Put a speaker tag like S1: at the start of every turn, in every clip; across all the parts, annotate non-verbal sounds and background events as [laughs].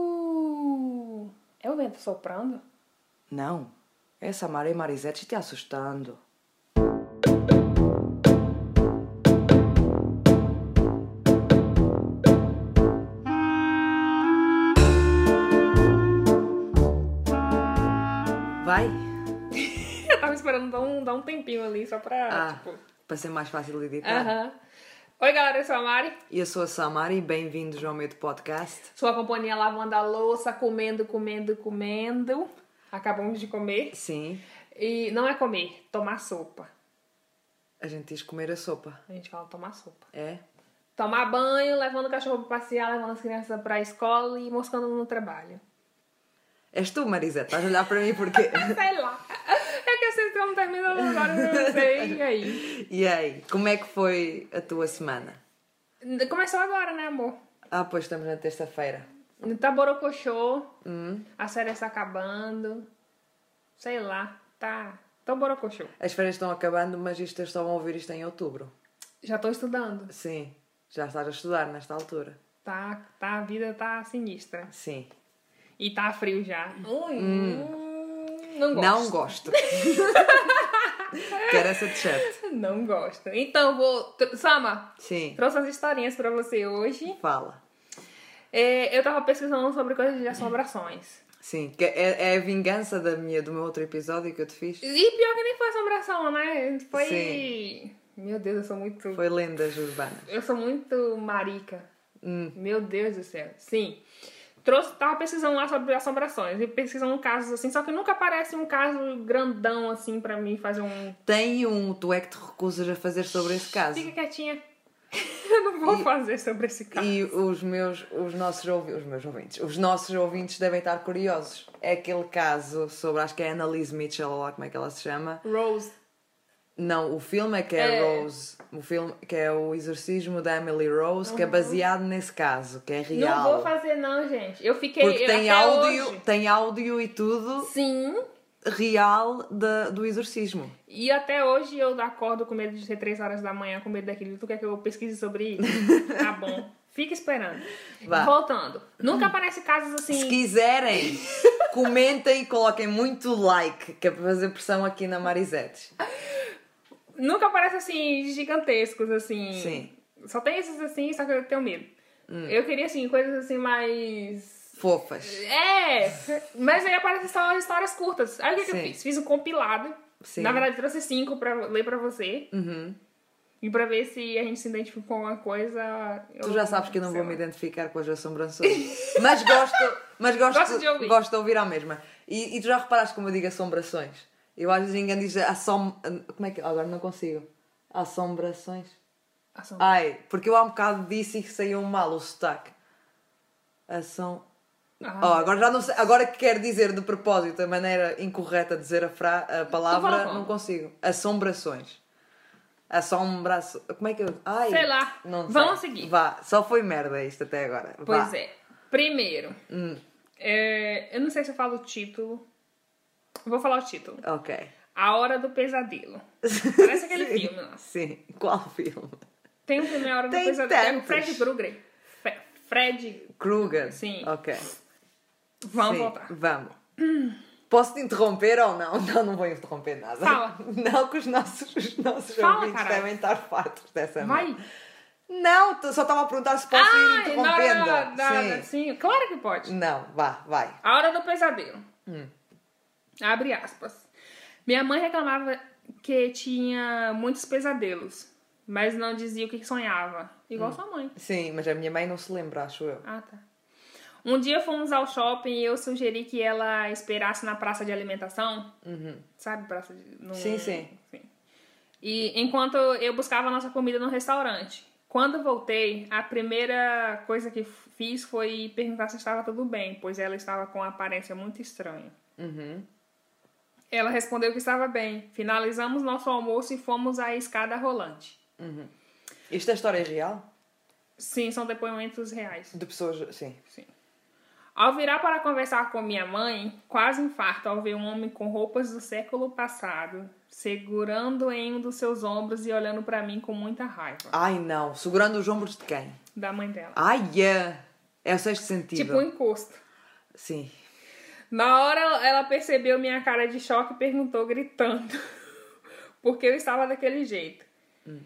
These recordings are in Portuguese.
S1: Uh! É o vento soprando?
S2: Não, essa Maria Marisete te assustando. Vai?
S1: Eu tava esperando dar um, dar um tempinho ali só pra.
S2: Ah,
S1: tipo,
S2: para ser mais fácil de editar.
S1: Aham. Oi, galera, eu sou a Mari.
S2: E eu sou a Samara e bem-vindos ao meu podcast.
S1: Sua companhia lavando a louça, comendo, comendo, comendo. Acabamos de comer.
S2: Sim,
S1: E não é comer, tomar sopa.
S2: a gente diz comer a sopa.
S1: A gente fala tomar sopa.
S2: É?
S1: Tomar banho, levando o cachorro pra passear, levando as crianças pra escola e moscando no trabalho.
S2: És tu, Marisete? Estás a olhar para mim
S1: [laughs]
S2: porque. [laughs]
S1: Sei lá. É que eu sei que estamos terminando agora, eu não sei. E aí?
S2: e aí, como é que foi a tua semana?
S1: Começou agora, né, amor?
S2: Ah, pois estamos na terça-feira.
S1: No Taborocochô,
S2: Hum.
S1: a série está acabando. Sei lá, tá. Taborocochô.
S2: As férias estão acabando, mas isto, eles só vão ouvir isto em outubro.
S1: Já tô estudando.
S2: Sim, já estás a estudar nesta altura.
S1: Tá, tá, a vida tá sinistra.
S2: Sim.
S1: E tá frio já. Ui, hum, Não gosto. [laughs]
S2: Não gosto. Quero essa t-shirt.
S1: Não gosto. Então, vou. tr- Sama,
S2: Sim,
S1: trouxe as historinhas pra você hoje.
S2: fala.
S1: É, eu tava pesquisando sobre coisas de assombrações.
S2: Sim, que é, é a vingança da minha, do meu outro episódio que eu te fiz.
S1: E pior que nem foi assombração, né? Foi.
S2: Sim.
S1: Meu Deus, eu sou muito.
S2: Foi lendas urbanas.
S1: Eu sou muito marica.
S2: Hum,
S1: Meu Deus do céu. Sim. Trouxe, tava pesquisando lá sobre assombrações e pesquisando casos assim, só que nunca aparece um caso grandão assim pra mim fazer um.
S2: Tem um, tu é que te recusas a fazer sobre esse caso.
S1: Fica quietinha. [laughs] Eu não vou fazer sobre esse caso.
S2: E os meus, os nossos ouvintes, os meus ouvintes, os nossos ouvintes devem estar curiosos. É aquele caso sobre, acho que é Annalise Mitchell, ou lá como é que ela se chama.
S1: Rose.
S2: Não, o filme é que é,
S1: É.
S2: Rose, o filme que é o exorcismo da Emily Rose, que é baseado nesse caso, que é real.
S1: Uhum. Não vou fazer, não, gente. Eu fiquei.
S2: Porque
S1: eu-
S2: tem
S1: até
S2: áudio,
S1: hoje-
S2: tem áudio e tudo
S1: Sim.
S2: real da- do exorcismo.
S1: E até hoje eu acordo com medo de ser três horas da manhã, com medo daquilo. Tu quer que eu pesquise sobre
S2: [laughs]
S1: isso? tá bom. Fica esperando.
S2: Vá.
S1: Voltando. Nunca aparece casos
S2: Se
S1: assim. [laughs]
S2: quiserem, comentem e coloquem muito like, que é para fazer pressão aqui na Marisette.
S1: Nunca aparece assim, gigantescos, assim.
S2: Sim. Hum.
S1: Só tem esses assim, só que eu tenho medo. Eu queria, assim, coisas assim mais.
S2: Fofas.
S1: É! Mas aí aparecem só histórias curtas. Aí o que, que eu
S2: Sim.
S1: fiz? Fiz um compilado.
S2: Sim.
S1: Na verdade, trouxe cinco pra ler pra você.
S2: Uhum.
S1: E pra ver se a gente se identificou com alguma coisa.
S2: Tu já sabes que eu não
S1: sei lá.
S2: vou me identificar com as assombrações. Mas gosto, mas gosto,
S1: Gosto de ouvir.
S2: gosto de ouvir à mesma. E, e tu já reparaste como eu digo assombrações? Eu às vezes engano diz assom... Como é que... Agora não consigo. Assombrações?
S1: Assom-
S2: Ai, porque eu há um bocado disse e saiu mal o sotaque. Assom...
S1: Ah.
S2: Oh, agora já não sei. Agora que quero dizer de propósito a maneira incorreta de dizer a, fra... a
S1: fala
S2: palavra,
S1: como?
S2: não consigo. Assombrações. Assombrações. Como é que eu. Ai,
S1: Sei lá.
S2: Não sei.
S1: Vamos seguir.
S2: Vá, só foi merda isto até agora.
S1: Pois
S2: Vá.
S1: é. Primeiro,
S2: Hum.
S1: é, eu não sei se eu falo o título. Vou falar o título.
S2: Ok.
S1: A Hora do
S2: [laughs]
S1: Pesadelo. Parece aquele filme é? lá.
S2: Sim. Qual filme?
S1: Tem um filme A Hora do
S2: Tem
S1: Pesadelo. É o
S2: tantos.
S1: Fred Krueger. Fe- Fred.
S2: Kruger.
S1: Sim.
S2: Ok.
S1: Vamos
S2: Sim,
S1: voltar.
S2: Vamos. Posso te interromper ou não? [laughs] Não, não vou interromper nada.
S1: Fala.
S2: Não, que os nossos, os nossos
S1: Fala,
S2: ouvintes
S1: caralho.
S2: devem estar fartos dessa
S1: Vai.
S2: Não, t- só estava a perguntar se posso ir
S1: Ai, na hora da,
S2: interrompendo.
S1: da, da-
S2: Sim.
S1: sim, claro que pode.
S2: Não, vá, vai.
S1: A Hora do Pesadelo.
S2: Hum.
S1: Abre aspas. Minha mãe reclamava que tinha muitos pesadelos, mas não dizia o que sonhava. Igual
S2: Hum.
S1: sua mãe.
S2: Sim, mas a minha mãe não se lembra, acho eu.
S1: Ah, tá. Um dia fomos ao shopping e eu sugeri que ela esperasse na praça de alimentação. Sabe, praça de. no-
S2: Uhum. Sim, sim.
S1: E enquanto eu buscava a nossa comida no restaurante. Quando voltei, a primeira coisa que f- fiz foi perguntar se estava tudo bem, pois ela estava com uma aparência muito estranha. Uhum. Ela respondeu que estava bem. Finalizamos nosso almoço e fomos à escada rolante.
S2: Isto é história real?
S1: Sim, são depoimentos reais.
S2: De pessoas, sim.
S1: Sim. Ao virar para conversar com minha mãe, quase infarto ao ver um homem com roupas do século passado, segurando em um dos seus ombros e olhando para mim com muita raiva.
S2: Ai não, segurando os ombros de quem?
S1: Da mãe dela.
S2: Ai, yeah. É o sexto sentido.
S1: Tipo um encosto.
S2: Sim.
S1: Na hora ela percebeu minha cara de choque e perguntou gritando [laughs] porque eu estava daquele jeito.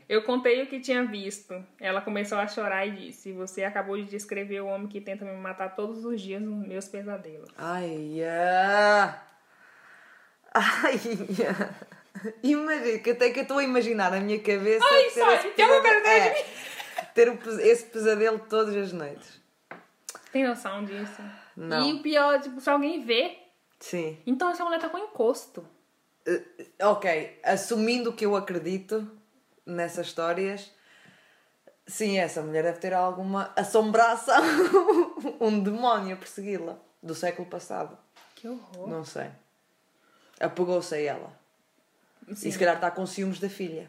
S1: Eu contei o que tinha visto. Ela começou a chorar e disse: Você acabou de descrever o homem que tenta me matar todos os dias nos meus pesadelos.
S2: Ai, ah. ai. ah. Imagina, que até que eu estou a imaginar na minha cabeça.
S1: Ai,
S2: ter
S1: sai,
S2: esse
S1: que eu não quero
S2: pesadelo- é, Ter o pes- esse pesadelo todas as noites.
S1: Tem noção disso?
S2: Não.
S1: E o pior, tipo, se alguém vê,
S2: Sim.
S1: então essa mulher tá com encosto.
S2: Eh, Ok, assumindo que eu acredito nessas histórias, sim, essa mulher deve ter alguma assombração, [laughs] um demónio a persegui-la do século passado.
S1: Que horror.
S2: Não sei. Apegou-se a ela.
S1: Sim,
S2: E se calhar está com ciúmes da filha.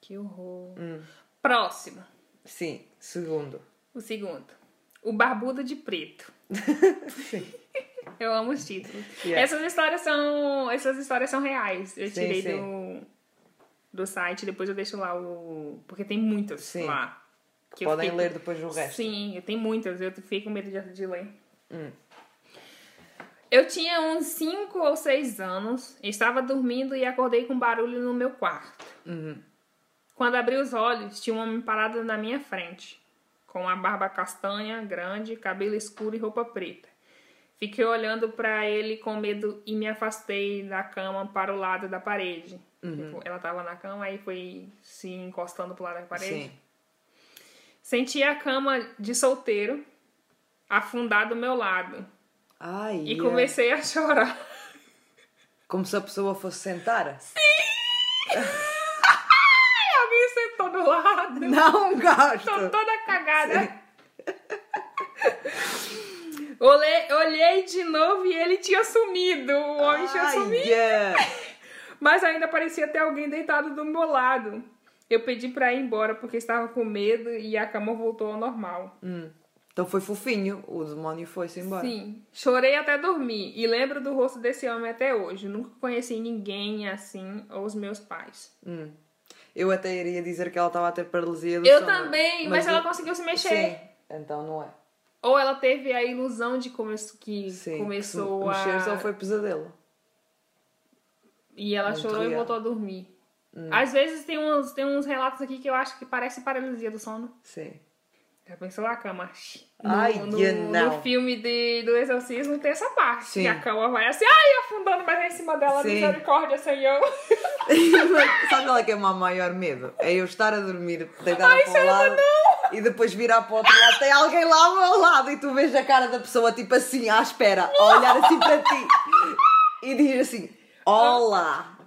S1: Que horror.
S2: Hum.
S1: Próximo.
S2: Sim, segundo.
S1: O segundo. O Barbudo de
S2: [laughs]
S1: Preto. Eu amo os títulos.
S2: Yeah.
S1: Essas histórias são. Essas histórias são reais. Eu
S2: Sim,
S1: tirei do. Do site, depois eu deixo lá o. Porque tem muitas
S2: Sim.
S1: lá. que eu
S2: Podem
S1: fiquei-
S2: ler depois o resto. Hum.
S1: Sim, eu tenho muitas, eu fiquei com medo de, de ler. Eu tinha uns 5 ou 6 anos, estava dormindo e acordei com barulho no meu quarto.
S2: Uhum.
S1: Quando abri os olhos, tinha um homem parado na minha frente, com a barba castanha, grande, cabelo escuro e roupa preta. Fiquei olhando para ele com medo e me afastei da cama para o lado da parede.
S2: Uhum.
S1: Tipo, Ela estava na cama e foi se encostando pro lado da parede.
S2: Sim.
S1: Senti a cama de solteiro afundar do meu lado
S2: Ai,
S1: e
S2: yeah.
S1: comecei a chorar. [laughs]
S2: como se a pessoa fosse sentar.
S1: Ai, alguém sentou do é lado.
S2: Não
S1: Tô
S2: gosto!
S1: toda cagada. [laughs] Olhei, olhei de novo e ele tinha sumido. O homem tinha
S2: Ai, é.
S1: sumido.
S2: yeah.
S1: Mas ainda parecia ter alguém deitado do meu lado. Eu pedi pra ir embora porque estava com medo e a cama voltou ao normal.
S2: Hum. Então foi fofinho, o demónio foi-se embora.
S1: Sim, chorei até dormir e lembro do rosto desse homem até hoje. Nunca conheci ninguém assim, ou os meus pais.
S2: Hum. Eu até iria dizer que ela estava a ter paralisia do
S1: Eu
S2: sono,
S1: também, mas,
S2: o-
S1: ela conseguiu se mexer.
S2: Sim, então não é.
S1: Ou ela teve a ilusão de come- que
S2: Sim.
S1: começou
S2: se
S1: a.
S2: Mexer só foi pesadelo.
S1: E ela
S2: Muito Hum.
S1: chorou e
S2: real.
S1: voltou a dormir. Às vezes tem uns, tem uns relatos aqui que eu acho que parece paralisia do sono. [laughs]
S2: Sim.
S1: Já pensou a cama? No,
S2: Ai,
S1: no,
S2: Diana,
S1: no
S2: não.
S1: filme de, do exorcismo tem essa parte.
S2: Sim.
S1: Que a cama vai assim, ai, afundando, mas é em cima dela,
S2: Sim.
S1: misericórdia, Senhor.
S2: Sabe qual é que é o meu maior medo? É eu estar a dormir, deitada
S1: Ai,
S2: para um
S1: Sandra,
S2: lado e depois virar para o outro lado. Tem alguém lá ao meu lado e tu vês a cara da pessoa tipo assim, à espera, a olhar assim para ti e diz assim: Olá,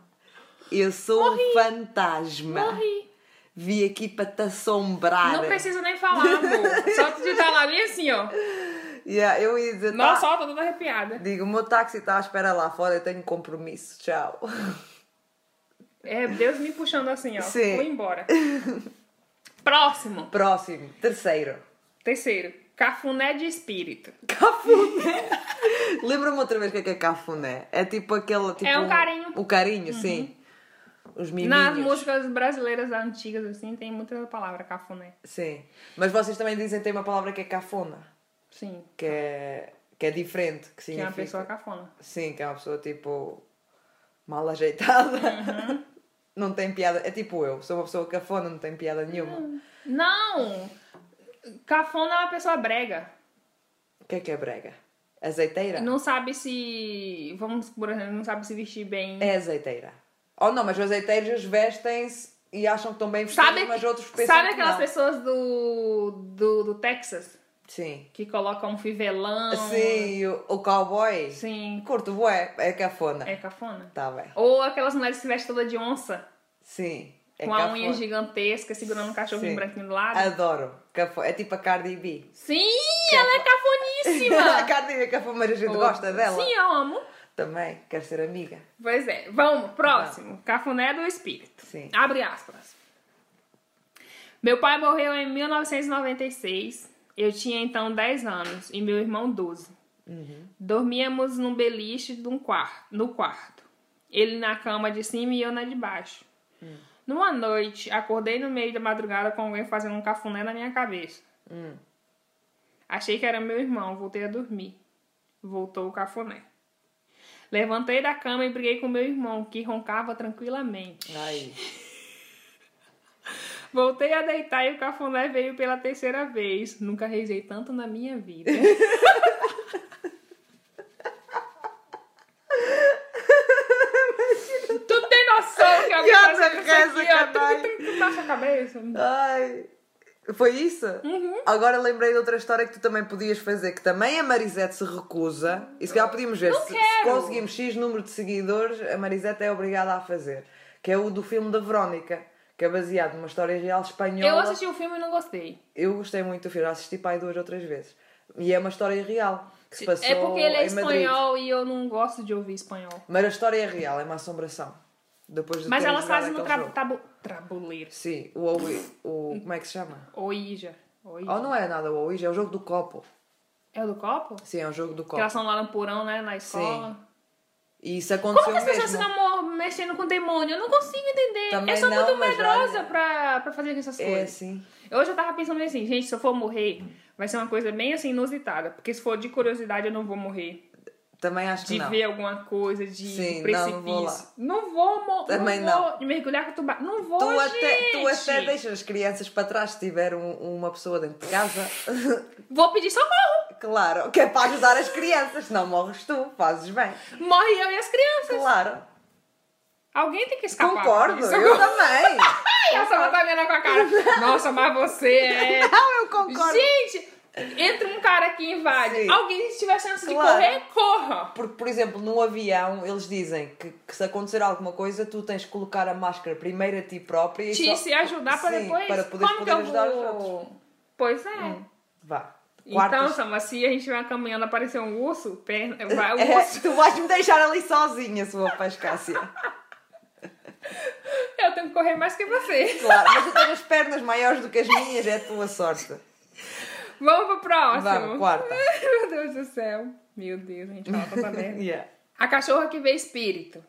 S2: eu sou um fantasma.
S1: Morri.
S2: Vi aqui para te assombrar.
S1: Não precisa nem falar, amor. Só de estar lá bem assim, ó.
S2: Yeah, eu ia dizer, tá.
S1: Nossa, ó, tô toda arrepiada.
S2: Digo, o meu táxi está à espera lá fora, eu tenho compromisso, tchau. [laughs]
S1: É Deus me puxando assim, ó.
S2: Sim.
S1: Vou
S2: [laughs]
S1: embora. Próximo.
S2: Próximo, terceiro.
S1: Terceiro. Cafuné de espírito.
S2: Cafuné. Lembra-me outra vez o que é que é cafuné? É tipo aquele... Tipo,
S1: É um carinho. Uhum.
S2: O carinho, sim. Os miminhos.
S1: Nas músicas brasileiras antigas, assim, tem muita palavra cafuné.
S2: Sim. Mas vocês também dizem que tem uma palavra que é cafona,
S1: Sim.
S2: que é, que é diferente, que
S1: Que é
S2: significa...
S1: uma pessoa cafona.
S2: Sim, que é uma pessoa tipo mal ajeitada.
S1: Uhum.
S2: [laughs] Não tem piada. É tipo eu, sou uma pessoa cafona, não tem piada nenhuma.
S1: Hum. Não! Cafona é uma pessoa brega.
S2: O que é que é brega? Azeiteira?
S1: Não sabe se. Vamos por exemplo, não sabe se vestir bem.
S2: É azeiteira. Oh não, mas os azeiteiros vestem-se e acham que estão bem vestidos,
S1: Sabe,
S2: mas outros pensam
S1: sabe
S2: que
S1: aquelas
S2: não.
S1: pessoas do, do, do Texas
S2: Sim.
S1: que colocam um fivelão?
S2: Sim, e o, o cowboy.
S1: Sim.
S2: Curto bué, é cafona.
S1: É cafona.
S2: Tá bem.
S1: Ou aquelas mulheres que se vestem toda de onça,
S2: Sim, é
S1: com a
S2: cafona.
S1: unha gigantesca, segurando um cachorrinho
S2: Sim.
S1: branquinho do lado.
S2: Adoro. Cafona. É tipo a Cardi B.
S1: Sim, ela é
S2: [laughs] a
S1: cafoníssima!
S2: Cardi B é cafona, mas a gente gosta dela.
S1: Sim, eu amo.
S2: Também, quer ser amiga.
S1: Pois é, vamos, próximo. Cafuné do Espírito.
S2: Sim.
S1: Abre aspas. Meu pai morreu em 1996. Eu tinha então 10 anos e meu irmão 12. Dormíamos num beliche de um quarto, no quarto. Ele na cama de cima e eu na de baixo. Numa noite, acordei no meio da madrugada com alguém fazendo um cafuné na minha cabeça. Achei que era meu irmão, voltei a dormir. Voltou o cafuné. Levantei da cama e briguei com meu irmão, que roncava tranquilamente.
S2: Ai.
S1: Voltei a deitar e o cafuné veio pela terceira vez. Nunca rezei tanto na minha vida. [laughs] tu tem noção que a
S2: Que é
S1: mulher
S2: outra
S1: faz
S2: reza,
S1: isso aqui, ó,
S2: caralho.
S1: tu, tu, tu baixa a cabeça.
S2: Ai. Foi isso?
S1: Uhum.
S2: Agora lembrei de outra história que tu também podias fazer, que também a Marisete se recusa. E se calhar podíamos ver, se, se
S1: quero.
S2: conseguimos X número de seguidores, a Marisete é obrigada a fazer. Que é o do filme da Verónica, que é baseado numa história real espanhola.
S1: Eu assisti o filme e não gostei.
S2: Eu gostei muito do filme, assisti para aí duas ou três vezes. E é uma história real, que se passou
S1: é porque ele é
S2: em Madrid.
S1: espanhol e eu não gosto de ouvir espanhol.
S2: Mas a história é real, é uma assombração. Depois de
S1: Mas
S2: terem
S1: elas
S2: jogado
S1: fazem no
S2: aquele
S1: tra
S2: jogo.
S1: tabu tabuleiro.
S2: Sim, o, Ouija- o Como é que se chama?
S1: Ouija. Ouija.
S2: Ou não é nada o Ouija, é o jogo do copo.
S1: É o do copo?
S2: Sim, é o jogo do
S1: Que
S2: copo.
S1: elas são lá no porão, né? Na escola.
S2: E isso
S1: Como é
S2: aconteceu
S1: que as pessoas se
S2: mesmo.
S1: namoram mexendo com demônio? Eu não consigo entender.
S2: Também
S1: eu sou
S2: não,
S1: muito
S2: mas
S1: medrosa
S2: olha-
S1: pra, pra fazer essas
S2: É
S1: coisas.
S2: assim.
S1: Hoje eu tava pensando assim, gente, se eu for morrer, vai ser uma coisa bem assim inusitada. Porque se for de curiosidade, eu não vou morrer.
S2: Também acho que
S1: De
S2: não.
S1: ver alguma coisa, de
S2: Sim,
S1: precipício.
S2: não, não vou lá.
S1: Não vou morrer.
S2: Também
S1: não. Vou mergulhar com tubarão. Não vou,
S2: Tu até,
S1: gente.
S2: tu até deixas as crianças para trás se tiver um- uma pessoa dentro de casa. [laughs]
S1: Vou pedir socorro.
S2: claro, que é para ajudar as crianças, não morres tu, fazes bem.
S1: Morre eu e as crianças.
S2: Claro.
S1: Alguém tem que escapar.
S2: Concordo,
S1: disso.
S2: eu também.
S1: Ai, [laughs] essa não tá vendo com a cara. Nossa, mas você é...
S2: Não, eu concordo.
S1: Gente, entra um cara que invade.
S2: Sim.
S1: Alguém, se tiver chance
S2: Claro.
S1: de correr, corra.
S2: Porque, por exemplo, num avião, eles dizem que, que se acontecer alguma coisa, tu tens que colocar a máscara primeiro a ti própria e
S1: Te
S2: só...
S1: se ajudar para
S2: Sim,
S1: depois.
S2: para poderes
S1: Como que
S2: poder
S1: eu
S2: ajudar
S1: vou...
S2: os outros. Hum.
S1: Pois é.
S2: Vá.
S1: Então,
S2: Quartas...
S1: Sama, se a gente vai caminhando aparecer um urso,
S2: [laughs]
S1: perna, vai o
S2: É,
S1: urso.
S2: tu vais-me deixar ali sozinha, sua pascácia.
S1: Eu tenho que correr mais que você.
S2: Claro, mas tu tens as pernas maiores do que as minhas, é a tua sorte.
S1: Vamos pro
S2: Vá,
S1: próximo. [laughs]
S2: quarta.
S1: Meu Deus do céu. Meu Deus, a gente fala tanta
S2: [laughs]
S1: merda.
S2: Yeah.
S1: A cachorra que vê espírito.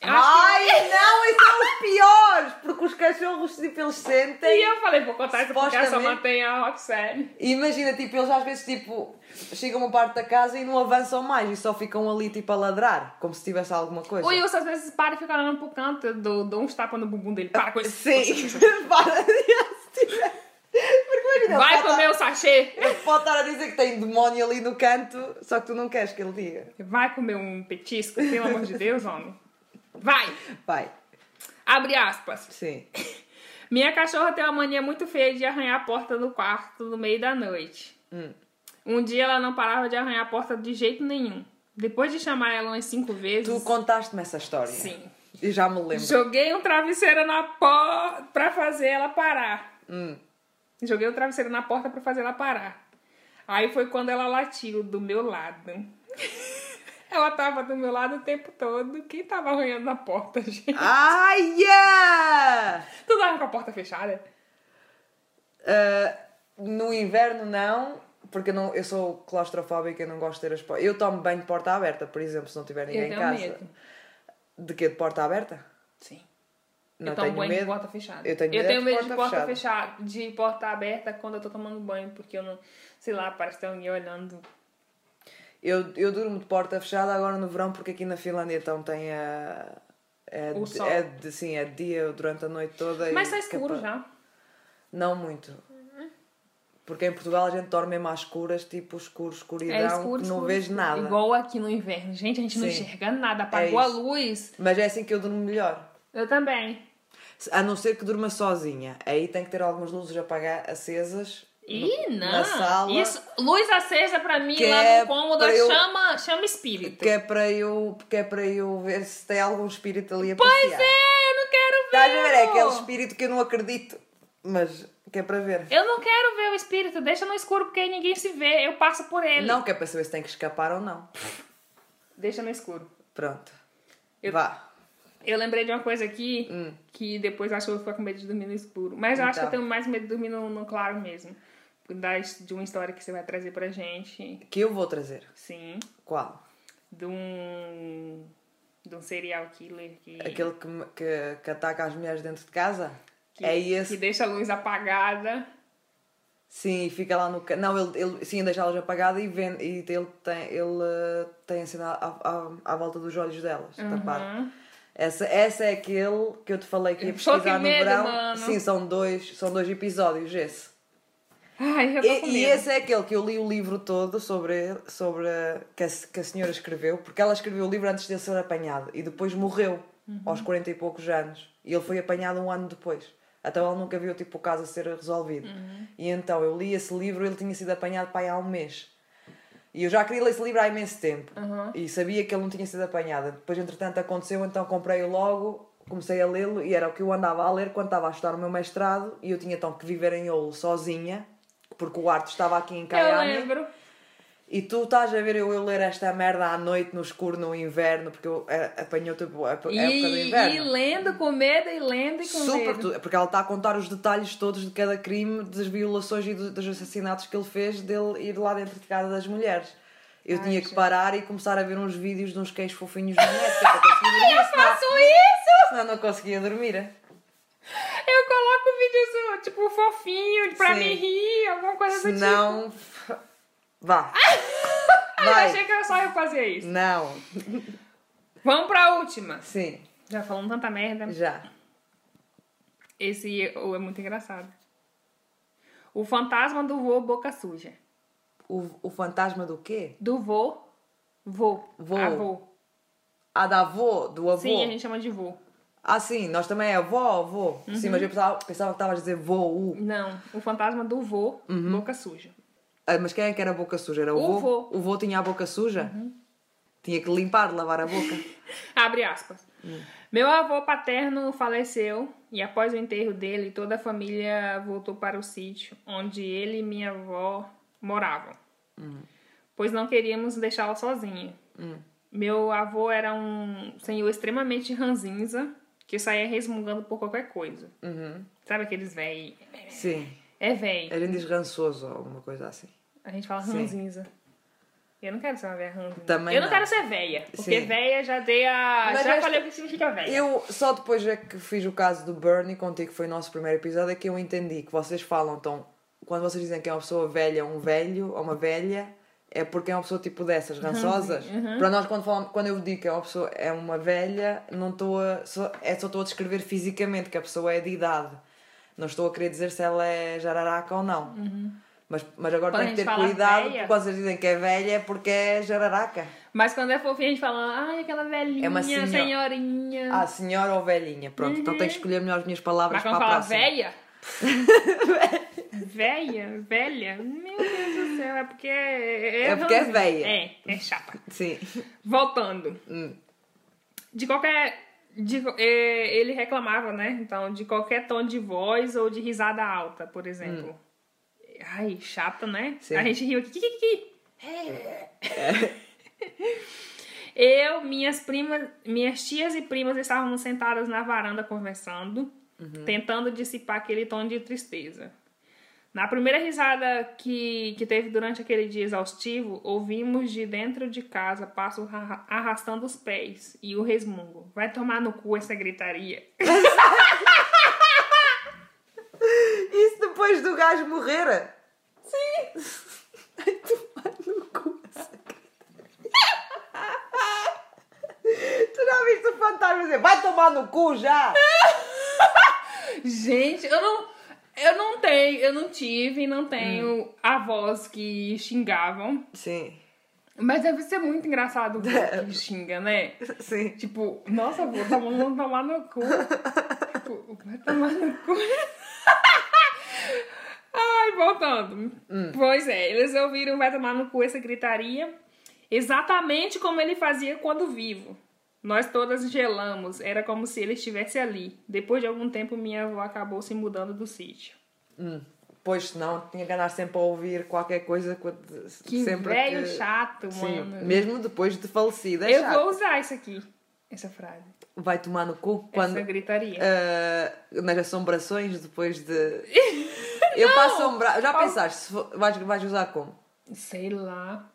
S1: Eu acho que-
S2: Ai, não, esses são os piores! Porque os cachorros, tipo, eles sentem.
S1: E eu falei, vou contar isso porque a Sama
S2: Supostamente-
S1: tem a Roxanne.
S2: Imagina, tipo, eles às vezes, tipo, chegam a uma parte da casa e não avançam mais e só ficam ali, tipo, a ladrar, como se tivesse alguma coisa.
S1: O Wilson às vezes para e fica olhando pro canto, eu dou, dou uns tapas no bumbum dele. Para com isso.
S2: Sim, [laughs] para de tirar. Porque imagina, ele
S1: Vai
S2: pode
S1: comer o sachê.
S2: estar- ele Pode estar a dizer que tem demónio ali no canto, só que tu não queres que ele diga.
S1: Vai comer um petisco, pelo amor de Deus, homem. Vai!
S2: Vai,
S1: Abre aspas.
S2: sim.
S1: Minha cachorra tem uma mania muito feia de arranhar a porta do quarto no meio da noite.
S2: Hum.
S1: Um dia ela não parava de arranhar a porta de jeito nenhum. Depois de chamar ela umas cinco vezes.
S2: Tu contaste-me essa história.
S1: Sim.
S2: E já me lembro.
S1: Joguei um travesseiro na porta pra fazer ela parar.
S2: Hum.
S1: Joguei o travesseiro na porta pra fazer ela parar. Aí foi quando ela latiu do meu lado. [laughs] ela tava do meu lado o tempo todo. Quem tava arranhando na porta, [laughs] gente?
S2: Ai, yeah!
S1: Tu tava com a porta fechada?
S2: Uh, no inverno não, porque eu, não, eu sou claustrofóbica e não gosto de ter as portas. Eu tomo banho de porta aberta, por exemplo, se não tiver
S1: eu
S2: ninguém em
S1: tenho
S2: casa.
S1: medo.
S2: De quê? De porta aberta?
S1: Sim.
S2: Não
S1: eu tomo
S2: tenho
S1: banho de
S2: medo.
S1: porta fechada.
S2: Eu tenho medo de
S1: medo de
S2: porta
S1: porta fechada. de porta aberta quando eu tô tomando banho, porque eu não, sei lá, parece que tem alguém olhando.
S2: Eu, eu durmo de porta fechada agora no verão porque aqui na Finlândia então tem a. É,
S1: O
S2: de-
S1: sol.
S2: é de- sim, é dia durante a noite toda.
S1: Mas
S2: e
S1: tá escuro
S2: capa-
S1: já.
S2: Não muito. Porque em Portugal a gente dorme mesmo às escuras, tipo escuro, escuridão,
S1: é escuro,
S2: um que não
S1: escuro,
S2: vês
S1: escuro.
S2: nada.
S1: Igual aqui no inverno. Gente, a gente não
S2: Sim. É
S1: enxerga nada. Apagou a
S2: isso.
S1: luz.
S2: Mas é assim que eu durmo melhor.
S1: Eu também.
S2: A não ser que durma sozinha. Aí tem que ter algumas luzes apagar, acesas.
S1: Ih,
S2: no-
S1: não.
S2: Na sala.
S1: Isso, luz acesa pra mim
S2: Que
S1: lá
S2: é
S1: no cômodo
S2: pra eu-
S1: chama, chama espírito.
S2: Que é, para eu, que é para eu ver se tem algum espírito ali a Pois
S1: É, eu não quero ver.
S2: Estás a ver? É aquele
S1: o-
S2: espírito que eu não acredito. Mas que é para ver.
S1: Eu não quero ver o espírito. Deixa no escuro porque ninguém se vê. Eu passo por ele.
S2: Não que é para saber se tem que escapar ou não.
S1: Deixa no escuro.
S2: Pronto.
S1: Eu-
S2: Vá.
S1: Eu lembrei de uma coisa aqui
S2: Hum.
S1: que depois acho que eu vou ficar com medo de dormir no escuro. Mas eu acho que eu
S2: Então.
S1: tenho mais medo de dormir no, no claro mesmo. Da, de uma história que você vai trazer pra gente.
S2: Que eu vou trazer.
S1: Sim.
S2: Qual?
S1: de um, de um serial killer que,
S2: Aquele que, me- que, que ataca as mulheres dentro de casa?
S1: que,
S2: é
S1: que
S2: esse.
S1: deixa a luz apagada
S2: Sim, fica lá no. ca- Não, ele, ele sim, deixa a luz apagada e, vende, e ele tem, ele eh, tem a cena à, à, à volta dos olhos delas,
S1: Uhum.
S2: tapado. Essa, essa é aquele que eu te falei que ia
S1: Só que
S2: pesquisar no
S1: medo,
S2: verão.
S1: mano.
S2: Sim, são dois, são dois episódios esse.
S1: Ai, [laughs] eu tô
S2: E,
S1: com
S2: e
S1: medo.
S2: esse é aquele que eu li o livro todo sobre, sobre a- que, a, se- que a senhora escreveu, porque ela escreveu o livro antes de ele ser apanhado e depois morreu aos 40 e poucos anos. E ele foi apanhado um ano depois. Então ela nunca viu tipo, o caso a ser resolvido. E então eu li esse livro, ele tinha sido apanhado para aí há um mês. E eu já queria ler esse livro há imenso tempo. E sabia que ele não tinha sido apanhado. Depois, entretanto, aconteceu, então comprei-o logo, comecei a lê-lo e era o que eu andava a ler quando estava a estudar o meu mestrado. E eu tinha então que viver em Ouro sozinha, porque o Arte estava aqui em
S1: Eu
S2: Caiane.
S1: lembro.
S2: E tu estás a ver eu, eu ler esta merda à noite, no escuro, no inverno, porque eu, é, apanhou tipo, a, a época do
S1: E,
S2: inverno.
S1: e lendo com medo, e lendo e com
S2: Super,
S1: medo.
S2: tu- porque ela está a contar os detalhes todos de cada crime, das violações e do- dos assassinatos que ele fez, dele ir lá dentro de casa das mulheres. Eu
S1: Ai,
S2: tinha que
S1: gente.
S2: parar e começar a ver uns vídeos de uns queijos fofinhos no net, que eu conseguia dormir, senão,
S1: Faço isso!
S2: senão não conseguia
S1: [laughs]
S2: dormir.
S1: Eu coloco vídeos, tipo, fofinho, pra
S2: Sim.
S1: me rir, alguma coisa do tipo.
S2: Senão.
S1: [laughs]
S2: Vá.
S1: Eu
S2: Vai.
S1: achei que era só eu fazia isso.
S2: Não.
S1: Vamos pra última.
S2: Sim,
S1: Já falando tanta merda.
S2: já.
S1: Esse é é muito engraçado. O fantasma do vô boca suja.
S2: O, o fantasma do quê?
S1: Do vô, vô,
S2: Vô.
S1: avô.
S2: Ah, da avó, do avô.
S1: Sim, a gente chama de vô.
S2: Ah, sim, nós também é avó, avô. Sim,
S1: Uhum.
S2: mas eu pensava, pensava que estavas a dizer vô, u.
S1: Não, o fantasma do vô,
S2: Uhum.
S1: boca suja.
S2: Ah, mas quem é que era a boca suja? Era o,
S1: O
S2: vô?
S1: vô. Uhum.
S2: O vô tinha a boca suja? Tinha que limpar, lavar a boca.
S1: Abre aspas.
S2: Hum.
S1: Meu avô paterno faleceu e após o enterro dele, toda a família voltou para o sítio onde ele e minha avó moravam,
S2: Hum.
S1: pois não queríamos deixá-la sozinha. Meu avô era um senhor extremamente ranzinza que saía resmungando por qualquer coisa.
S2: Uhum.
S1: Sabe aqueles véi?
S2: Sim.
S1: É véi.
S2: A gente diz rançoso ou alguma coisa assim.
S1: A gente fala
S2: Sim.
S1: ranzinza. Eu não quero ser uma véia ranzinza.
S2: Também
S1: Eu não,
S2: não.
S1: quero ser véia, porque
S2: Sim.
S1: véia já dei a.
S2: Mas
S1: já
S2: esta-
S1: falei o que significa véia.
S2: Eu, só depois é que fiz o caso do Bernie contigo, que foi o nosso primeiro episódio, é que eu entendi que vocês falam, então, quando vocês dizem que é uma pessoa velha, um velho ou uma velha, é porque é uma pessoa tipo dessas,
S1: Uhum.
S2: rançosas. Para nós, quando, falam, quando eu digo que é uma pessoa, é uma velha, não estou a. Só, é só estou a descrever fisicamente que a pessoa é de idade. Não estou a querer dizer se ela é jararaca ou não. Mas, mas agora
S1: Quando
S2: tem
S1: a
S2: que
S1: gente
S2: ter
S1: fala
S2: cuidado,
S1: Uhum. velha-
S2: porque quando vocês dizem que é velha é porque é jararaca.
S1: Mas quando é fofinha, a gente fala, ai, aquela velhinha,
S2: É uma senho-
S1: senhorinha.
S2: Ah, tipo senhora ou velhinha. Pronto, então tenho que escolher melhor as minhas
S1: Uhum. Mas
S2: palavras
S1: quando
S2: para a
S1: fala
S2: próxima. [laughs]
S1: velha. velha, velha, meu Deus do céu, é porque é.
S2: É porque é
S1: ranzinza.
S2: véia.
S1: É, é chata.
S2: Sim.
S1: Voltando.
S2: Hum.
S1: De qualquer. de co- é, ele reclamava, né? Então, de qualquer tom de voz ou de risada alta, por exemplo. Ai, chata, né?
S2: Hum. Sim.
S1: A gente riu aqui. qui, qui, qui. É.
S2: É.
S1: [laughs] Eu, minhas primas, minhas tias e primas estávamos sentadas na varanda conversando,
S2: Uhum.
S1: tentando dissipar aquele tom de tristeza. Na primeira risada que, que teve durante aquele dia exaustivo, ouvimos de dentro de casa passos arra- arrastando os pés e o resmungo. Vai tomar no cu essa gritaria.
S2: Isso depois do gajo morrer? Sim. Ai, tomar no cu. essa cara. Tu já viste o fantasma dizer, vai tomar no cu já?
S1: Gente, eu não. Eu não tenho, eu não tive, não tenho avós que xingavam.
S2: Sim.
S1: Mas deve ser muito engraçado o [laughs] vô que xinga, né?
S2: Sim.
S1: Tipo, nossa, vou tá mandando tomar no cu. tipo, vai tomar no cu. [laughs] Ai, voltando.
S2: Hum.
S1: Pois é, eles ouviram vai tomar no cu essa gritaria. Exatamente como ele fazia quando vivo. Nós todas gelamos, era como se ele estivesse ali. Depois de algum tempo, minha avó acabou se mudando do sítio.
S2: Pois senão tinha que andar sempre a ouvir qualquer coisa. quando-
S1: Que
S2: sempre
S1: velho
S2: que-
S1: chato,
S2: Sim,
S1: mano.
S2: mesmo depois de falecida, é
S1: Eu
S2: chato.
S1: vou usar isso aqui, essa frase.
S2: Vai tomar no cu quando,
S1: Essa gritaria.
S2: Uh, nas assombrações depois [laughs] de. Eu para assombrar. Já pensaste? se fo- Vais, vais usar como?
S1: Sei lá.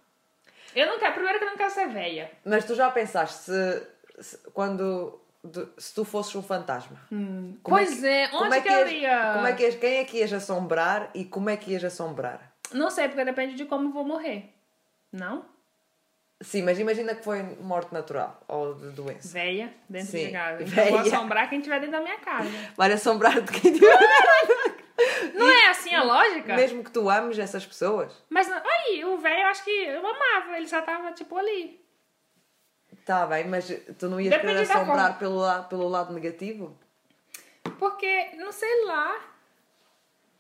S1: Eu não quero. Primeiro que eu não quero ser velha.
S2: Mas tu já pensaste se, se- quando de- se tu fosses um fantasma. Como
S1: Pois é, Hum. onde
S2: como é
S1: que,
S2: que,
S1: eu
S2: ias-
S1: ia?
S2: como é que ias- quem é que ias assombrar e como é que ias assombrar?
S1: Não sei, porque depende de como eu vou morrer. Não?
S2: Sim, mas imagina que foi morte natural ou de doença.
S1: Véia, dentro
S2: Sim,
S1: de casa. Então
S2: véia.
S1: Eu vou assombrar quem tiver dentro da minha [laughs] casa.
S2: Vai assombrar de
S1: [laughs]
S2: quem tiver.
S1: Não é assim a lógica?
S2: Mesmo que tu ames essas pessoas.
S1: Mas não- aí, o velho eu acho que eu amava, ele só tava tipo ali.
S2: Tá bem, mas tu não ias
S1: Depende
S2: querer
S1: da
S2: assombrar
S1: forma.
S2: pelo, la- pelo lado negativo?
S1: Porque, não sei lá.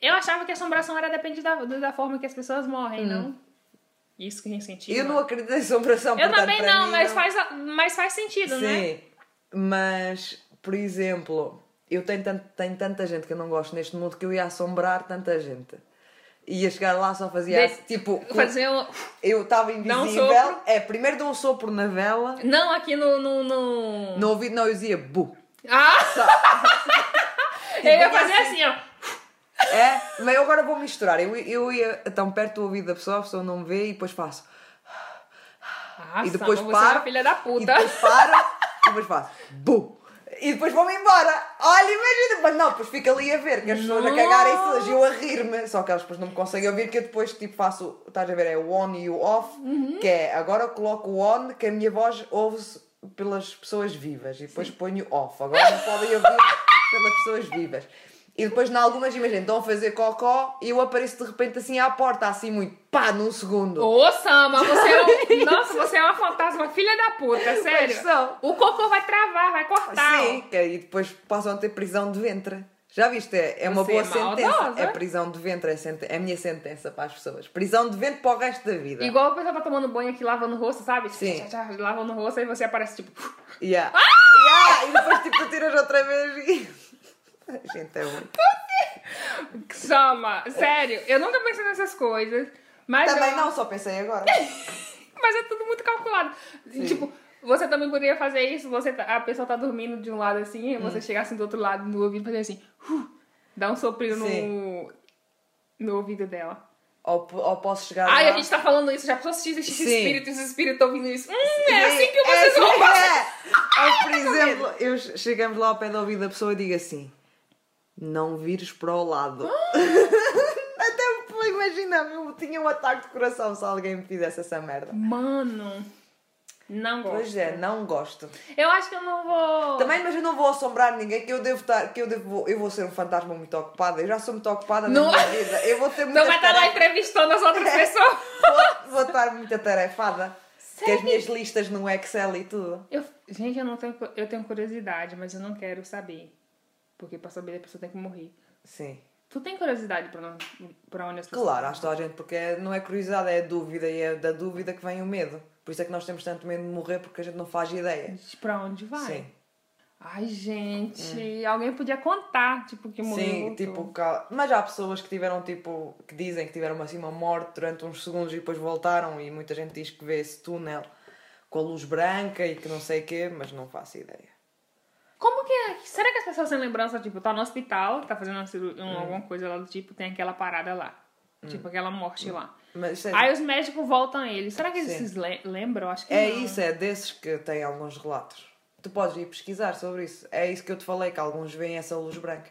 S1: Eu achava que a assombração era depende da, da forma que as pessoas morrem, não? Isso que a gente sentia.
S2: Eu não acredito em assombração,
S1: Eu
S2: portanto,
S1: também
S2: para
S1: não,
S2: mim,
S1: mas, Faz, a- mas faz sentido, né?
S2: Sim, mas, por exemplo, eu tenho, tan- tenho tanta gente que eu não gosto neste mundo que eu ia assombrar tanta gente. Ia chegar lá só fazia...
S1: De-
S2: Tipo, com-
S1: Fazer um...
S2: eu estava
S1: Né? Dá um
S2: invisível.
S1: sopro.
S2: É, primeiro dou um sopro na vela,
S1: Não aqui no. no, no-
S2: no ouvido não eu dizia bu.
S1: [laughs] Ah!
S2: Só-
S1: Eu ia fazer
S2: assim.
S1: assim, ó.
S2: É, mas eu agora vou misturar. Eu, eu ia tão perto do ouvido da pessoa, a pessoa não me vê e depois faço...
S1: Nossa,
S2: E depois
S1: mas Você é
S2: para.
S1: uma filha da
S2: E
S1: puta.
S2: depois para e depois faço bu. E depois vão-me embora. Olha, imagina. Mas não, depois fico ali a ver que as pessoas a cagarem e todas, eu a rir-me. Só que elas depois não me conseguem ouvir que eu depois tipo faço, estás a ver, é o on e o off,
S1: Uhum.
S2: que é agora eu coloco o on que a minha voz ouve-se pelas pessoas vivas e depois ponho off. Agora não podem ouvir [laughs] pelas pessoas vivas. E depois, em algumas, imagina, estão a fazer cocó e eu apareço de repente assim à porta, assim muito, pá, num
S1: [laughs]
S2: segundo.
S1: Ô, Sama, você é um...
S2: [laughs]
S1: Nossa, você é uma fantasma, filha da puta, sério.
S2: são.
S1: O cocô vai travar, vai cortar.
S2: Ah, Sim, que aí depois passam a ter prisão de ventre. Já viste? É, é uma
S1: Você
S2: boa
S1: é
S2: sentença.
S1: maldosa.
S2: É prisão de ventre, é, sente- é a minha sentença para as pessoas. Prisão de ventre para o resto da vida.
S1: Igual a pessoa tá tomando banho aqui, lavando o rosto, sabe?
S2: Sim.
S1: Tchá, tchá, tchá, Lavando o rosto, aí você aparece tipo... [laughs]
S2: Yeah. Yeah, E depois tipo tu tiras outra vez e. [laughs] A gente é muito.
S1: Sama, sério, eu nunca pensei nessas coisas. Mas
S2: Também
S1: eu-
S2: não, só pensei
S1: [laughs]
S2: agora.
S1: Mas é tudo muito calculado. Tipo, você também poderia fazer isso, você tá- a pessoa tá dormindo de um lado assim,
S2: Hum.
S1: e você chegar assim do outro lado no ouvido e fazer assim, "Uh", dá um soprinho no, no ouvido dela.
S2: Ou, po- ou posso chegar.
S1: Ai,
S2: lá-
S1: a gente tá falando isso, já pensou se existe
S2: Ah, Sim.
S1: esse espírito, esse espírito ouvindo isso? Hum,
S2: Sim,
S1: é assim que vocês
S2: Tipo, é
S1: vão
S2: assim-
S1: fazer.
S2: é. Ou, por exemplo, eu che- chegamos lá ao pé do ouvido da pessoa e digo assim: não vires para o lado.
S1: Ah!
S2: [laughs] Até me- imagina, eu tinha um ataque de coração se alguém me fizesse essa merda.
S1: Mano, não gosto.
S2: Pois é, não gosto.
S1: Eu acho que eu não vou...
S2: Também, mas eu não vou assombrar ninguém, que eu devo estar, que eu devo, eu vou ser um fantasma muito ocupada, eu já sou muito ocupada
S1: Não. [laughs]
S2: na minha vida. Eu vou ter muita
S1: Não vai estar lá entrevistando as outras
S2: É.
S1: pessoas.
S2: vou, vou estar muito atarefada. Que as minhas listas no Excel e tudo.
S1: Eu, gente, eu não tenho, cu- eu tenho curiosidade, mas eu não quero saber. Porque pra saber a pessoa tem que morrer.
S2: Sim.
S1: Tu tem curiosidade pra, não, pra onde as pessoas
S2: Claro, acho toda a gente, porque é- não é curiosidade, é dúvida e é da dúvida que vem o medo. Por isso é que nós temos tanto medo de morrer porque a gente não faz ideia.
S1: Pra onde vai?
S2: Sim. É.
S1: Ai, gente, alguém podia contar, tipo, que morreu.
S2: Sim,
S1: voltou.
S2: tipo, cal- mas há pessoas que tiveram tipo, que dizem que tiveram assim uma morte durante uns segundos e depois voltaram e muita gente diz que vê esse túnel com a luz branca e que não sei o quê, mas não faço ideia.
S1: Como que é? Será que as pessoas têm lembrança, tipo, tá no hospital, tá fazendo uma cirurgia,
S2: Hum.
S1: alguma coisa lá do tipo, tem aquela parada lá. Tipo, aquela morte lá.
S2: Mas é, sei-
S1: Aí os médicos voltam a ele. Será que eles
S2: Hum. Sim.
S1: se le- lembram? Acho que
S2: é
S1: não.
S2: isso, é desses que têm alguns relatos. Tu podes ir pesquisar sobre isso. É isso que eu te falei, que alguns veem essa luz branca.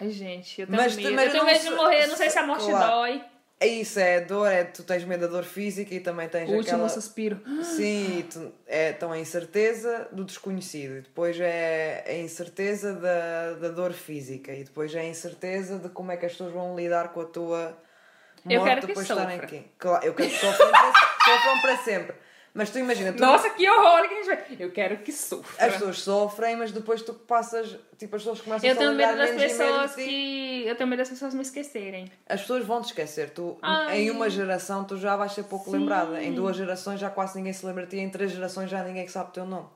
S1: Ai, gente, eu tenho
S2: Mas-
S1: medo.
S2: mas
S1: eu tenho
S2: não
S1: medo de
S2: se-
S1: morrer, não sei se a morte
S2: claro.
S1: dói.
S2: É isso, é dor, é tu tens medo da dor física e também tens
S1: O último
S2: aquela...
S1: suspiro.
S2: Sim, e tu- é, então a incerteza do desconhecido, e depois é a incerteza da, da dor física, e depois é a incerteza de como é que as pessoas vão lidar com a tua morte
S1: Eu quero que
S2: depois de estarem
S1: sofra.
S2: aqui. Claro, eu quero que sofram para, [laughs] sofram para sempre. Mas tu imagina, tu-
S1: Nossa, que horror que a gente vai. Eu quero que sofra.
S2: as pessoas sofrem, mas depois tu passas, tipo, as pessoas começam
S1: Eu
S2: a
S1: tenho
S2: olhar
S1: medo das
S2: menos e menos
S1: pessoas
S2: de ti.
S1: que. Eu tenho medo das pessoas me esquecerem.
S2: As pessoas vão te esquecer. Tu,
S1: Ai.
S2: Em uma geração tu já vais ser pouco
S1: Sim.
S2: lembrada. Em duas gerações já quase ninguém se lembra de ti. Em três gerações já há ninguém que sabe o teu nome.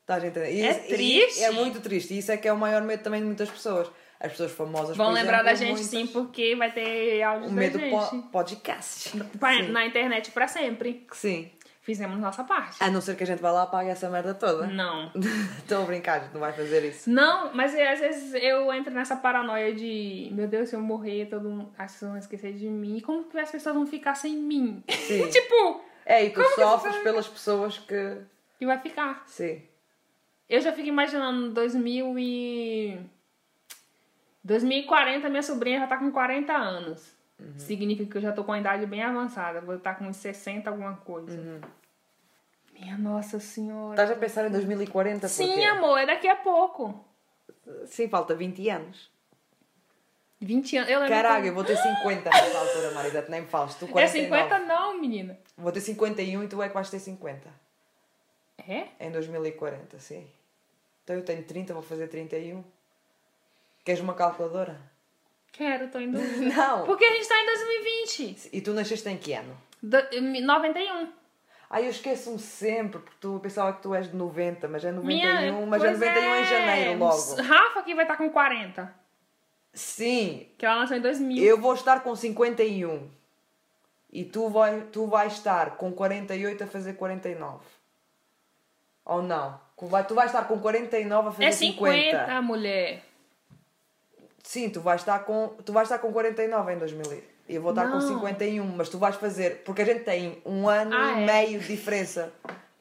S2: Estás a entender? E
S1: É
S2: isso- e
S1: triste.
S2: é muito triste. E isso é que é o maior medo também de muitas pessoas. As pessoas famosas
S1: Vão
S2: por
S1: lembrar
S2: exemplo,
S1: da gente,
S2: muitas-
S1: sim, porque vai ter áudios
S2: O
S1: da
S2: medo po
S1: gente.
S2: podcast.
S1: Pa-
S2: Sim.
S1: Na internet pra sempre.
S2: Que Sim.
S1: Fizemos nossa parte.
S2: A não ser que a gente vá lá e pague essa merda toda.
S1: Não.
S2: [laughs] Estou a brincar, a gente não vai
S1: [laughs]
S2: fazer isso.
S1: Não, mas é, às vezes eu entro nessa paranoia de, meu Deus, se eu morrer, todo mundo, as pessoas vão esquecer de mim. Como que as pessoas vão ficar sem mim? [laughs]
S2: Sim.
S1: tipo,
S2: É, e tu
S1: Como que
S2: sofres
S1: se-
S2: pelas pessoas que.
S1: e vai ficar.
S2: Sim.
S1: Eu já fico imaginando 2000 e 2040 minha sobrinha já tá com 40 anos.
S2: Uhum.
S1: Significa que eu já tô com a idade bem avançada, vou estar com uns 60 alguma coisa.
S2: Uhum.
S1: Minha nossa senhora.
S2: Estás a pensar em 2040?
S1: Sim,
S2: porquê?
S1: amor, é um daqui a pouco.
S2: Sim, falta 20 anos.
S1: 20 anos. Eu lembro
S2: Caralho, eu
S1: quando-
S2: vou ter 50 nessa altura, Marisa, tu nem me falas. Tu
S1: É
S2: 49.
S1: 50 não, menina.
S2: Vou ter 51 e tu é que vais ter 50.
S1: É?
S2: Em 2040, sim. Então eu tenho 30, vou fazer 31. Queres
S1: [laughs]
S2: uma calculadora?
S1: Quero, tô indo.
S2: [laughs] Não!
S1: Porque a gente tá em 2020.
S2: E tu nasceste em que ano?
S1: Do- 91.
S2: Ai, eu esqueço-me sempre, porque tu eu pensava que tu és de 90, mas é 91,
S1: Minha-
S2: mas é
S1: pois
S2: 91 em janeiro
S1: [laughs]
S2: logo.
S1: Rafa aqui vai estar com 40.
S2: Sim,
S1: Que ela nasceu em 2000.
S2: eu vou estar com 51. E tu, vai, tu vais estar com 48 a fazer 49. Ou não? Tu vai- Tu vais estar com 49 a fazer
S1: é 50, mulher.
S2: Sim, tu vais estar com, tu vais estar com 49 em 2000. e- Eu vou estar com
S1: Não.
S2: 51, mas tu vais fazer, porque a gente tem um ano
S1: Ah,
S2: e
S1: é.
S2: meio de diferença.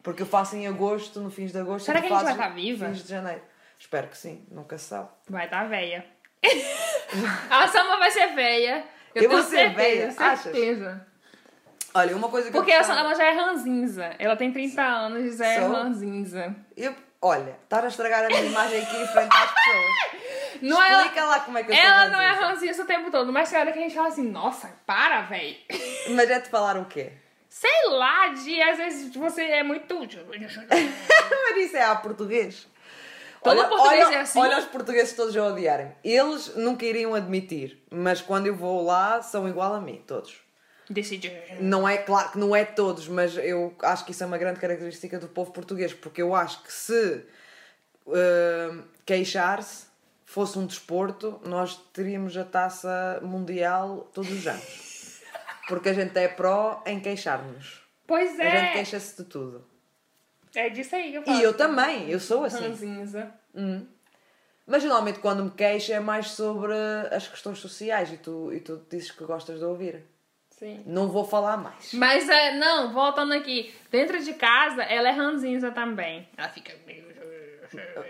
S2: Porque eu faço em agosto, no fins de agosto,
S1: Será
S2: e
S1: que
S2: tu
S1: a gente vai
S2: fazes
S1: estar viva?
S2: Fins de janeiro. Espero que sim, nunca se sabe.
S1: Vai tá
S2: [laughs]
S1: velha. a Sama vai ser velha. Eu,
S2: Eu
S1: tenho
S2: vou ser
S1: certeza,
S2: velha, achas?
S1: certeza.
S2: Olha, uma coisa que
S1: Porque
S2: eu
S1: a
S2: gostava-
S1: Sama já é ranzinza. Ela tem 30 anos e já é
S2: Sou?
S1: ranzinza.
S2: eu, Olha, estás a estragar a minha imagem aqui em frente às pessoas.
S1: Não é
S2: Explica
S1: ela...
S2: lá como é que eu
S1: Ela
S2: sou
S1: não é
S2: ranzinza.
S1: ranzinza o tempo todo, mas tem hora que a gente fala assim, nossa, para, véi.
S2: Mas é de falar
S1: [laughs]
S2: o quê?
S1: Sei lá, de às vezes você é muito.
S2: Mas isso é a português.
S1: Todo português
S2: olha,
S1: é assim?
S2: Olha os portugueses todos a odiarem. Eles nunca iriam admitir, mas quando eu vou lá são igual a mim, todos.
S1: Decide.
S2: Não é, claro que não é todos, mas eu acho que isso é uma grande característica do povo português, porque eu acho que se hum, queixar-se fosse um desporto, nós teríamos a taça mundial todos os anos.
S1: [laughs]
S2: Porque a gente é pró em queixar-nos.
S1: Pois
S2: A gente
S1: é.
S2: queixa-se de tudo.
S1: É disso aí que eu falo.
S2: E eu também, eu sou assim.
S1: Ranzinza.
S2: Mas geralmente quando me queixo é mais sobre as questões sociais e tu, e tu dizes que gostas de ouvir.
S1: Sim.
S2: Não vou falar mais.
S1: Mas é, não, voltando aqui. Dentro de casa, ela é ranzinza também. Ela fica. meio-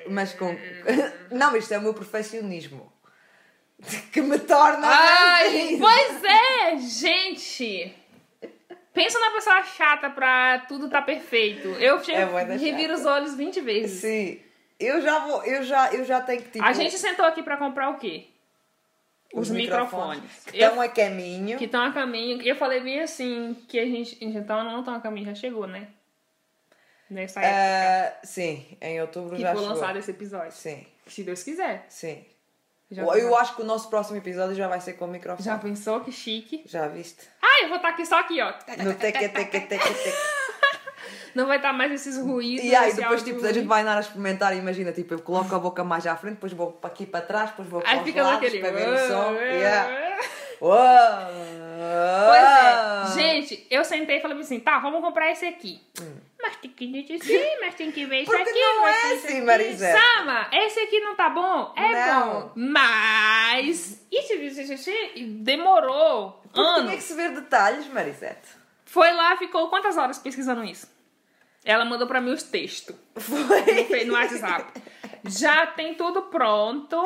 S2: Mas com. [laughs] Não, isto é o meu perfeccionismo que me torna.
S1: Ai,
S2: assim.
S1: pois é, gente. Pensa na pessoa chata pra tudo tá perfeito. Eu chego,
S2: É bué da
S1: reviro os olhos 20 vezes.
S2: Sim. Eu já vou, eu já, eu já tenho que tipo.
S1: A gente sentou aqui pra comprar o quê? Os, microfones.
S2: Que
S1: Eu-
S2: estão a caminho.
S1: que estão a caminho. Eu falei bem assim, que a gente. Então não estão a caminho, já chegou, né? Nessa época
S2: Ah, sim, em outubro
S1: que
S2: já
S1: foi
S2: chegou.
S1: lançado esse episódio.
S2: Sim,
S1: Se Deus quiser.
S2: sim.
S1: Já,
S2: eu acho que o nosso próximo episódio já vai ser com o microfone.
S1: já pensou que chique?
S2: Já viste?
S1: Ah, eu vou estar aqui só aqui, ó. [laughs]
S2: No teque, teque, teque, teque.
S1: Não vai estar mais esses ruídos.
S2: E aí,
S1: esse
S2: depois
S1: áudio
S2: tipo, a gente
S1: ruim.
S2: vai andar a experimentar, imagina, tipo, eu coloco a boca mais à frente, depois vou para aqui para trás, depois vou para
S1: Aí
S2: os
S1: fica
S2: lados
S1: naquele.
S2: para ver tá o som. Yeah.
S1: Pois
S2: Pois
S1: é. Gente, eu sentei e falei assim: tá, vamos comprar esse aqui. Mas tem que ver isso aqui, mas tem que
S2: [laughs]
S1: ver isso
S2: Hum. Porque
S1: aqui.
S2: não
S1: mas
S2: é
S1: tem isso
S2: assim,
S1: aqui.
S2: Marisela.
S1: Sama, esse aqui não tá bom? É
S2: Não.
S1: bom. Mas. Isso, isso, isso, isso, e demorou
S2: Tinha
S1: anos.
S2: é que se ver detalhes,
S1: [laughs]
S2: Marisete.
S1: Foi lá, ficou quantas horas pesquisando isso? Ela mandou pra mim os textos no,
S2: Foi.
S1: fe- no WhatsApp. Já tem tudo pronto.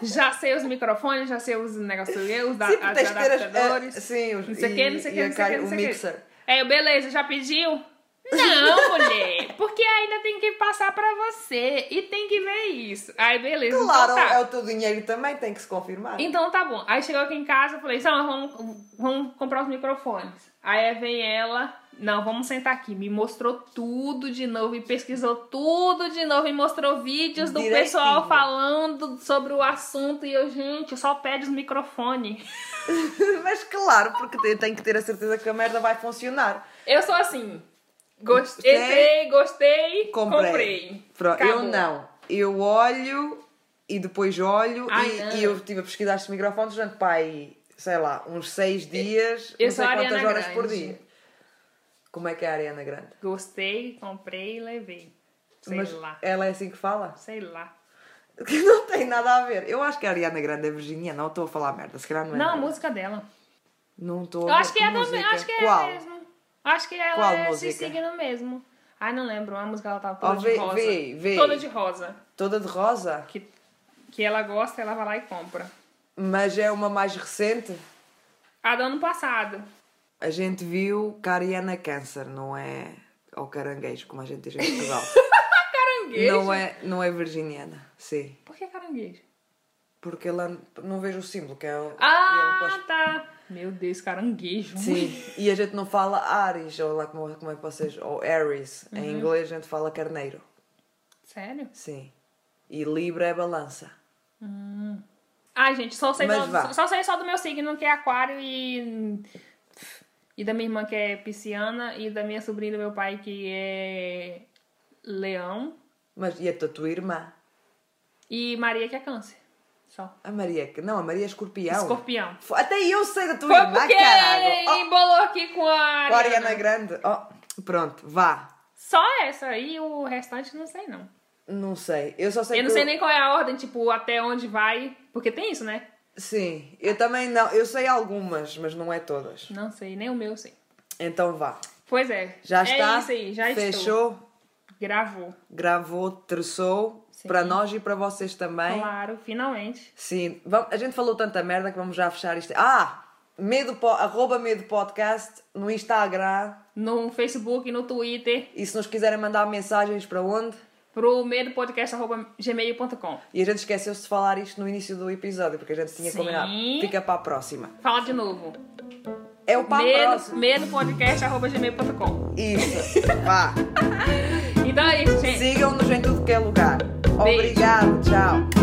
S1: Já sei os microfones, já sei os negócios, os da,
S2: Sempre
S1: as
S2: tens que ter as-
S1: adaptadores.
S2: eh, Sim, os
S1: Não sei o que, não sei o
S2: e
S1: que,
S2: a
S1: não sei o
S2: caixa-
S1: que, não
S2: o
S1: sei o que.
S2: mixer.
S1: É, beleza, já pediu? [laughs] Não, mulher, porque ainda tem que passar pra você e tem que ver isso. Aí, beleza.
S2: Claro,
S1: então, tá.
S2: é o teu dinheiro também, tem que se confirmar.
S1: Então tá bom. Aí chegou aqui em casa, eu falei, "Sama, vamos, vamos comprar os microfones. Aí vem ela, não, vamos sentar aqui. Me mostrou tudo de novo e pesquisou tudo de novo e mostrou vídeos do
S2: Direitinho.
S1: pessoal falando sobre o assunto. E eu, gente, só pede os microfones.
S2: [laughs] Mas claro, porque tem- tem que ter a certeza que a merda vai funcionar.
S1: Eu sou assim. Gostei,
S2: Gostei.
S1: entrei, gostei, comprei.
S2: Pronto, eu
S1: Acabou.
S2: não. Eu olho e depois olho
S1: Ai, não.
S2: e, e eu estive a pesquisar estes microfones durante, pai, sei lá, uns seis dias,
S1: eu
S2: não
S1: sou
S2: sei
S1: a
S2: quantas
S1: Ariana
S2: horas por
S1: Grande.
S2: dia. Como é que é a Ariana Grande?
S1: Gostei, comprei e levei. Sei
S2: Mas
S1: lá.
S2: ela é assim que fala? [laughs]
S1: Sei lá.
S2: Que não tem nada a ver. Eu acho que a Ariana Grande é virginiana, ou estou a falar merda, se calhar não é
S1: Não, a
S2: nada.
S1: música dela.
S2: Não estou a
S1: Eu
S2: ver.
S1: acho que é da
S2: música.
S1: acho que é
S2: Qual?
S1: mesmo. Acho que ela
S2: Qual
S1: é esse
S2: música?
S1: signo mesmo. Ai, não lembro, a música ela tava
S2: Ó,
S1: toda de
S2: vê-
S1: rosa.
S2: vê- vê.
S1: Toda de rosa.
S2: Toda de rosa?
S1: Que, que ela gosta, ela vai lá e compra.
S2: Mas é uma mais recente.
S1: A do ano passado.
S2: A gente viu Cariana Câncer, não é? Ou caranguejo, como a gente diz em
S1: [laughs]
S2: Portugal.
S1: Caranguejo.
S2: não, é, não é virginiana, sim.
S1: Por que caranguejo?
S2: Porque lá não vejo o símbolo, que é o. é o
S1: Ah,
S2: cos-
S1: tá. Meu Deus, caranguejo.
S2: Sim, e a gente não fala Ares, ou lá como, como é que vocês. Ou Aries.
S1: Uhum.
S2: Em inglês a gente fala carneiro.
S1: Sério?
S2: Sim. E Libra é balança.
S1: Ai, gente, só sei,
S2: Mas vá.
S1: do, só sei só do meu signo, que é aquário e... E da minha irmã, que é pisciana. E da minha sobrinha e do meu pai, que é leão.
S2: Mas e a tua, tua irmã?
S1: E Maria, que é câncer. Só.
S2: A Maria. que- Não, a Maria é escorpião.
S1: Escorpião.
S2: F- Até eu sei da tua
S1: Foi
S2: irmã,
S1: porque
S2: caralho.
S1: embolou aqui com a
S2: Oh,
S1: Ariana.
S2: com a Ariana Grande. Oh, pronto, vá.
S1: Só essa aí, o restante não sei não.
S2: Não sei. Eu só sei
S1: Eu não
S2: que
S1: sei nem qual é a ordem, tipo, até onde vai. Porque tem isso, né?
S2: Sim, eu também não. Eu sei algumas, mas não é todas.
S1: Não sei, nem o meu eu sei.
S2: Então vá.
S1: Pois é.
S2: Já
S1: é
S2: está?
S1: isso aí, já estou.
S2: Fechou,
S1: Gravou.
S2: gravou, terçou.
S1: Sim.
S2: Para nós e para vocês também.
S1: Claro, finalmente.
S2: Sim, vam- a gente falou tanta merda que vamos já fechar isto. Ah! Medo, po- arroba Medo Podcast no Instagram.
S1: No Facebook, no Twitter,
S2: E se nos quiserem mandar mensagens para onde?
S1: pro medopodcast.gmail.com.
S2: E a gente esqueceu-se de falar isto no início do episódio, porque a gente tinha
S1: Sim.
S2: combinado. Fica para a próxima.
S1: Fala de novo.
S2: É o para a
S1: Medo,
S2: próxima.
S1: medopodcast.gmail.com.
S2: Isso. Vá.
S1: [laughs] Então é isso, gente.
S2: Sigam-nos em tudo que é lugar.
S1: Beijo.
S2: Obrigado. Tchau.